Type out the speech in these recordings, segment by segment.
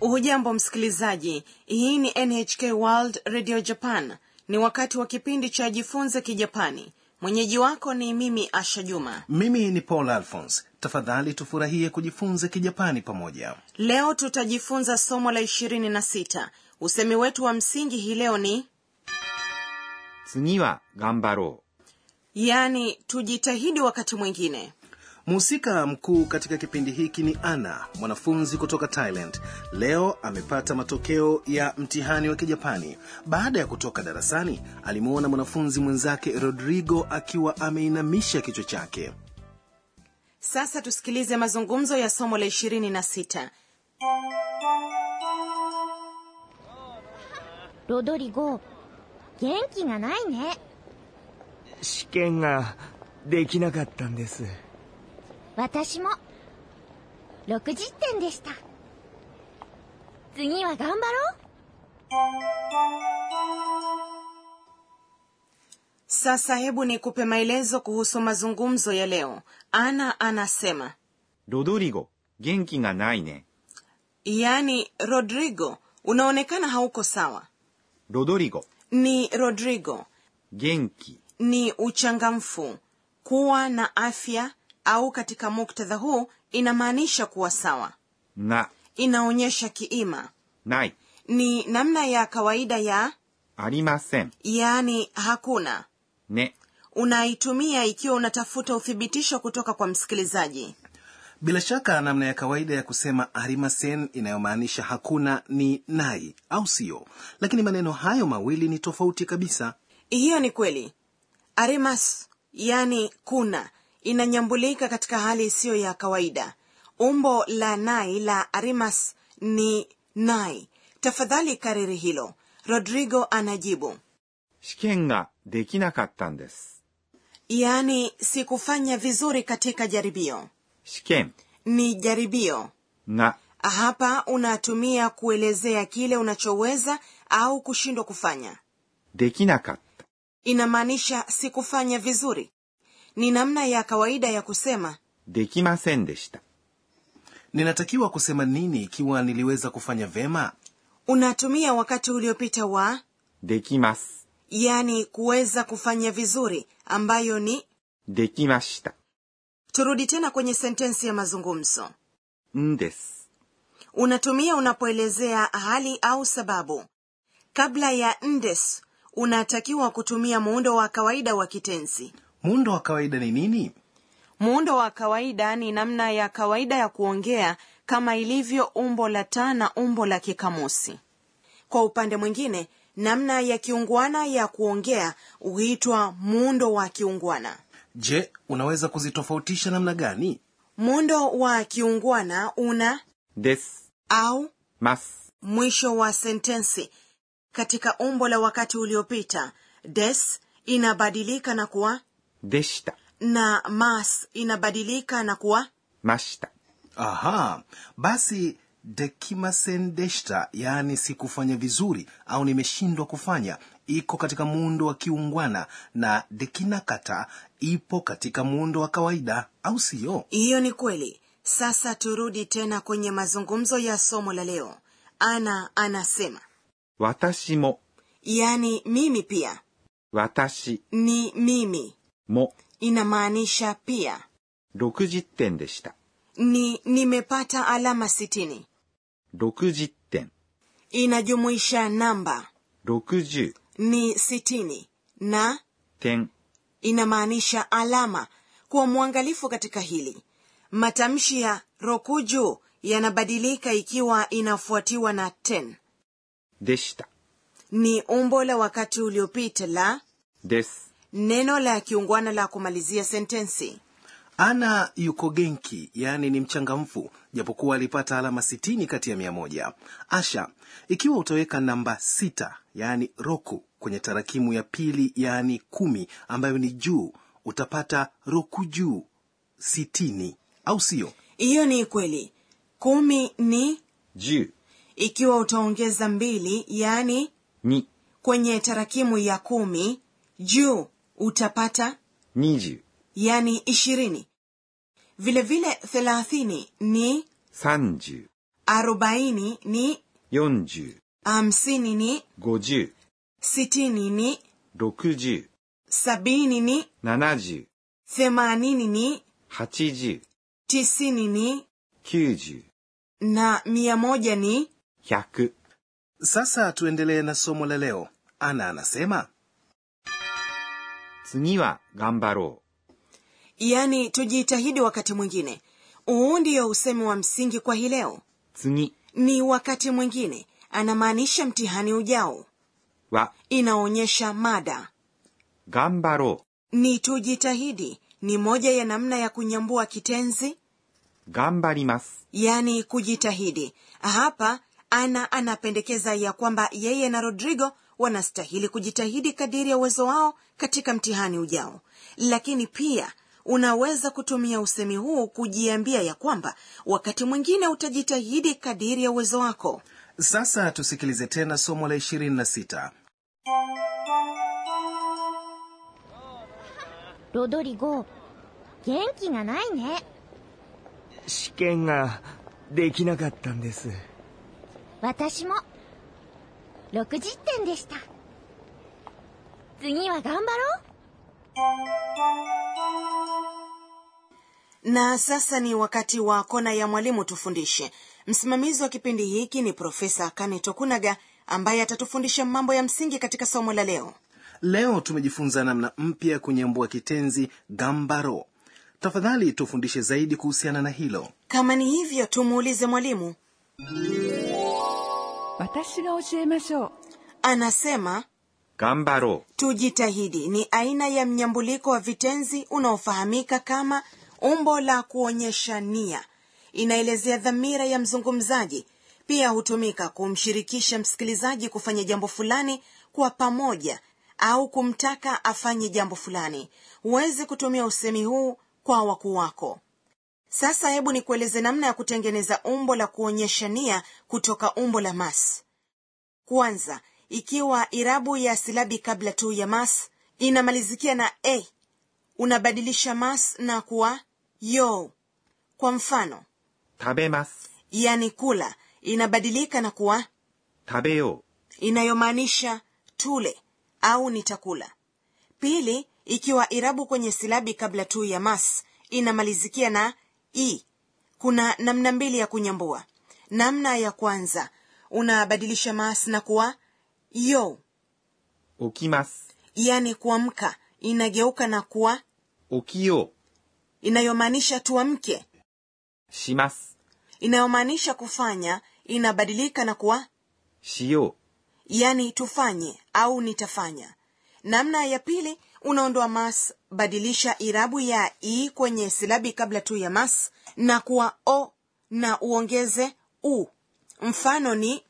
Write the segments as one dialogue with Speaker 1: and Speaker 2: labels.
Speaker 1: hujambo msikilizaji hii ni nhk world radio japan ni wakati wa kipindi cha jifunze kijapani mwenyeji wako ni mimi asha juma
Speaker 2: mimi ni paul alphons tafadhali tufurahie kujifunza kijapani pamoja
Speaker 1: leo tutajifunza somo la ishirini na sita usemi wetu wa msingi hii leo ni
Speaker 3: 次は頑張ろ
Speaker 1: yaani tujitahidi wakati mwingine
Speaker 2: mhusika mkuu katika kipindi hiki ni ana mwanafunzi kutoka thailand leo amepata matokeo ya mtihani wa kijapani baada ya kutoka darasani alimwona mwanafunzi mwenzake rodrigo akiwa ameinamisha kichwa chake
Speaker 1: sasa tusikilize mazungumzo ya somo la ishirini na sita
Speaker 4: ロドリゴ元気がないね
Speaker 5: 試験ができなかったんです
Speaker 4: 私も60点でした次は頑張ろう
Speaker 1: sasa hebu nikupe maelezo kuhusu mazungumzo ya leo ana anasema
Speaker 3: う。ロドリゴ、元気がないね。
Speaker 1: yaani rodrigo unaonekana hauko sawa
Speaker 3: ロドリゴ、
Speaker 1: ni rodrigo
Speaker 3: 元気、
Speaker 1: ni uchangamfu kuwa na afya au katika muktadha huu inamaanisha kuwa sawa
Speaker 3: が、
Speaker 1: inaonyesha kiima
Speaker 3: ない、
Speaker 1: ni namna ya kawaida ya
Speaker 3: ありません、
Speaker 1: yaani hakuna
Speaker 3: ね。
Speaker 1: unaitumia ikiwa unatafuta uthibitisho kutoka kwa msikilizaji
Speaker 2: bila shaka namna ya kawaida ya kusema arimasen inayomaanisha hakuna ni nai au sio lakini maneno hayo mawili ni tofauti kabisa
Speaker 1: hiyo ni kweli arimas yani kuna inanyambulika katika hali isiyo ya kawaida umbo la nai la arimas ni nai tafadhali kariri hilo rodrigo anajibu
Speaker 3: 試験ができなかったんです。
Speaker 1: yaani sikufanya vizuri katika jaribio
Speaker 3: 試験
Speaker 1: ni jaribio
Speaker 3: が
Speaker 1: hapa unatumia kuelezea kile unachoweza au kushindwa kufanya
Speaker 3: できなかった。
Speaker 1: inamaanisha sikufanya vizuri ni namna ya kawaida ya kusema
Speaker 3: できませんでした。
Speaker 2: ninatakiwa kusema nini ikiwa niliweza kufanya vyema
Speaker 1: unatumia wakati uliopita wa
Speaker 3: できます。
Speaker 1: yani kuweza kufanya vizuri ambayo ni
Speaker 3: できました。
Speaker 1: turudi tena kwenye sentensi ya mazungumzo
Speaker 3: んです。
Speaker 1: unatumia unapoelezea hali au sababu kabla ya ndes unatakiwa kutumia muundo wa kawaida wa kitenzi
Speaker 2: muundo wa kawaida ni nini
Speaker 1: muundo wa kawaida ni namna ya kawaida ya kuongea kama ilivyo umbo la taa na umbo la kikamusi kwa upande mwingine namna ya kiungwana ya kuongea huitwa muundo wa kiungwana
Speaker 2: je unaweza kuzitofautisha namna gani
Speaker 1: muundo wa kiungwana una
Speaker 3: です。
Speaker 1: au
Speaker 3: ます。
Speaker 1: mwisho wa sentensi katika umbo la wakati uliopita des inabadilika na kuwa
Speaker 3: でした。
Speaker 1: na mas inabadilika na kuwa
Speaker 3: ました。
Speaker 2: aha basi dekimasen deshta yaani sikufanya vizuri au nimeshindwa kufanya iko katika muundo wa kiungwana na dekinakata ipo katika muundo wa kawaida au siyo
Speaker 1: hiyo ni kweli sasa turudi tena kwenye mazungumzo ya somo la leo ana anasema
Speaker 3: 私も、
Speaker 1: yaani mimi pia
Speaker 3: 私
Speaker 1: ni mimi
Speaker 3: も
Speaker 1: inamaanisha pia
Speaker 3: 60点でした。
Speaker 1: ni nimepata alama sitini
Speaker 3: 60点、
Speaker 1: inajumuisha namba
Speaker 3: 60
Speaker 1: ni sitini na
Speaker 3: 点
Speaker 1: inamaanisha alama kuwa mwangalifu katika hili matamshi ya rokuju yanabadilika ikiwa inafuatiwa na ten
Speaker 3: でした。
Speaker 1: ni umbo la wakati uliopita la
Speaker 3: です。
Speaker 1: neno la kiungwana la kumalizia sentensi
Speaker 2: ana yuko genki yaani ni mchangamfu japokuwa alipata alama 60 kati ya 100 asha ikiwa utaweka namba 6 yaani roku kwenye tarakimu ya pili yaani kumi ambayo ni juu utapata roku juu 60 au siyo
Speaker 1: hiyo ni kweli kumi ni
Speaker 3: 10、
Speaker 1: ikiwa utaongeza mbili yaani
Speaker 3: 2、
Speaker 1: kwenye tarakimu ya kumi juu utapata
Speaker 3: 20、
Speaker 1: yaani ishirini vilevile thelathini ni
Speaker 3: 30、
Speaker 1: arobaini ni
Speaker 3: 40、
Speaker 1: hamsini ni
Speaker 3: 50、
Speaker 1: sitini ni
Speaker 3: 60、
Speaker 1: sabini ni
Speaker 3: 70、
Speaker 1: themanini ni
Speaker 3: 80、
Speaker 1: tisini ni
Speaker 3: 90、
Speaker 1: na mia moja ni
Speaker 3: 100。
Speaker 2: sasa tuendelee na somo la leo ana anasema
Speaker 3: 次は頑張ろ
Speaker 1: yaani tujitahidi wakati mwingine huu ndiyo usemi wa msingi kwa hii leo
Speaker 3: う。次
Speaker 1: ni wakati mwingine anamaanisha mtihani ujao
Speaker 3: は
Speaker 1: inaonyesha mada
Speaker 3: 頑張ろ
Speaker 1: ni tujitahidi ni moja ya namna ya kunyambua kitenzi
Speaker 3: う。頑張ります。
Speaker 1: yaani kujitahidi hapa ana anapendekeza ya kwamba yeye na rodrigo wanastahili kujitahidi kadiri ya uwezo wao katika mtihani ujao lakini pia unaweza kutumia usemi huu kujiambia ya kwamba wakati mwingine utajitahidi kadiri ya uwezo wako
Speaker 2: sasa tusikilize tena somo la 26
Speaker 4: ロドリゴ元気がないね
Speaker 5: 試験ができなかったんです
Speaker 4: 私も60点でした次は頑張ろう
Speaker 1: na sasa ni wakati wa kona ya mwalimu tufundishe msimamizi wa kipindi hiki ni profesa kane tokunaga ambaye atatufundisha mambo ya msingi katika somo la leo
Speaker 2: leo tumejifunza namna mpya ya kunyambua kitenzi gambaro tafadhali tufundishe zaidi kuhusiana na hilo
Speaker 1: kama ni hivyo tumuulize mwalimu
Speaker 6: 私が教えましょう
Speaker 1: anasema
Speaker 3: 頑張ろ
Speaker 1: tujitahidi ni aina ya mnyambuliko wa vitenzi unaofahamika kama umbo la kuonyesha nia inaelezea dhamira ya mzungumzaji pia hutumika kumshirikisha msikilizaji kufanya jambo fulani kwa pamoja au kumtaka afanye jambo fulani huwezi kutumia usemi huu kwa wakuu wako sasa hebu nikueleze namna ya kutengeneza umbo la kuonyesha nia kutoka umbo la mas kwanza ikiwa irabu ya silabi kabla tu ya mas inamalizikia na a unabadilisha mas na kuwa yo kwa mfano
Speaker 3: う。食べます。
Speaker 1: yani kula inabadilika na kuwa
Speaker 3: 食べよ
Speaker 1: inayomaanisha tule au nitakula pili ikiwa irabu kwenye silabi kabla tu ya mas inamalizikia na i kuna namna mbili ya kunyambua namna ya kwanza unabadilisha mas na kuwa yo
Speaker 3: う。起きます。
Speaker 1: yani kuamka inageuka na kuwa
Speaker 3: 起きよ
Speaker 1: inayomaanisha tuamke
Speaker 3: う。します。
Speaker 1: inayomaanisha kufanya inabadilika na kuwa
Speaker 3: しよう。
Speaker 1: yani tufanye au nitafanya namna ya pili unaondoa mas badilisha irabu ya i kwenye silabi kabla tu ya mas na kuwa o na uongeze u mfano ni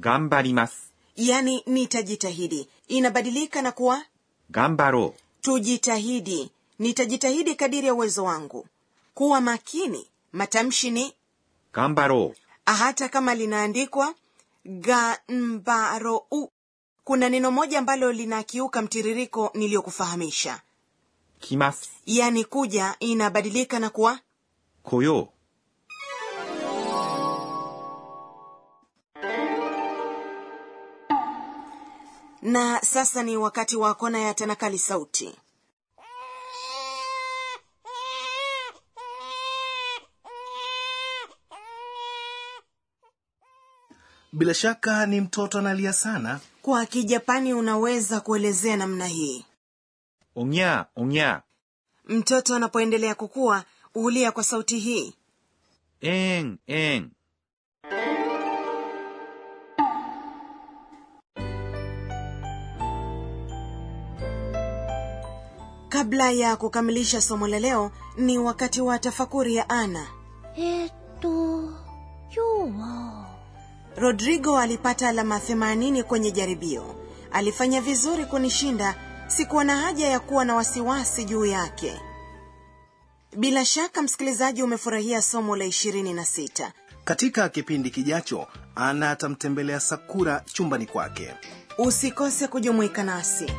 Speaker 3: 頑張ります。
Speaker 1: yani nitajitahidi inabadilika na kuwa
Speaker 3: 頑張ろ
Speaker 1: tujitahidi nitajitahidi kadiri ya uwezo wangu kuwa makini matamshi ni
Speaker 3: う。頑張ろ
Speaker 1: hata kama linaandikwa gambarou kuna neno moja ambalo linakiuka mtiririko niliyokufahamisha
Speaker 3: う。来ます。
Speaker 1: yani kuja inabadilika na kuwa
Speaker 3: 来よう。
Speaker 1: na sasa ni wakati wa kona ya tanakali sauti
Speaker 2: bila shaka ni mtoto analia sana
Speaker 1: kwa kijapani unaweza kuelezea namna hii
Speaker 3: おぎゃー、おぎゃ
Speaker 1: mtoto anapoendelea kukua hulia kwa sauti hii
Speaker 3: ー。えーん、えーん。
Speaker 1: kabla ya kukamilisha somo la leo ni wakati wa tafakuri ya ana
Speaker 4: えーっと今日は
Speaker 1: rodrigo alipata alama 80 kwenye jaribio alifanya vizuri kunishinda sikuwa na haja ya kuwa na wasiwasi juu yake bila shaka msikilizaji umefurahia somo la 26
Speaker 2: katika kipindi kijacho ana atamtembelea sakura chumbani kwake
Speaker 1: usikose kujumuika nasi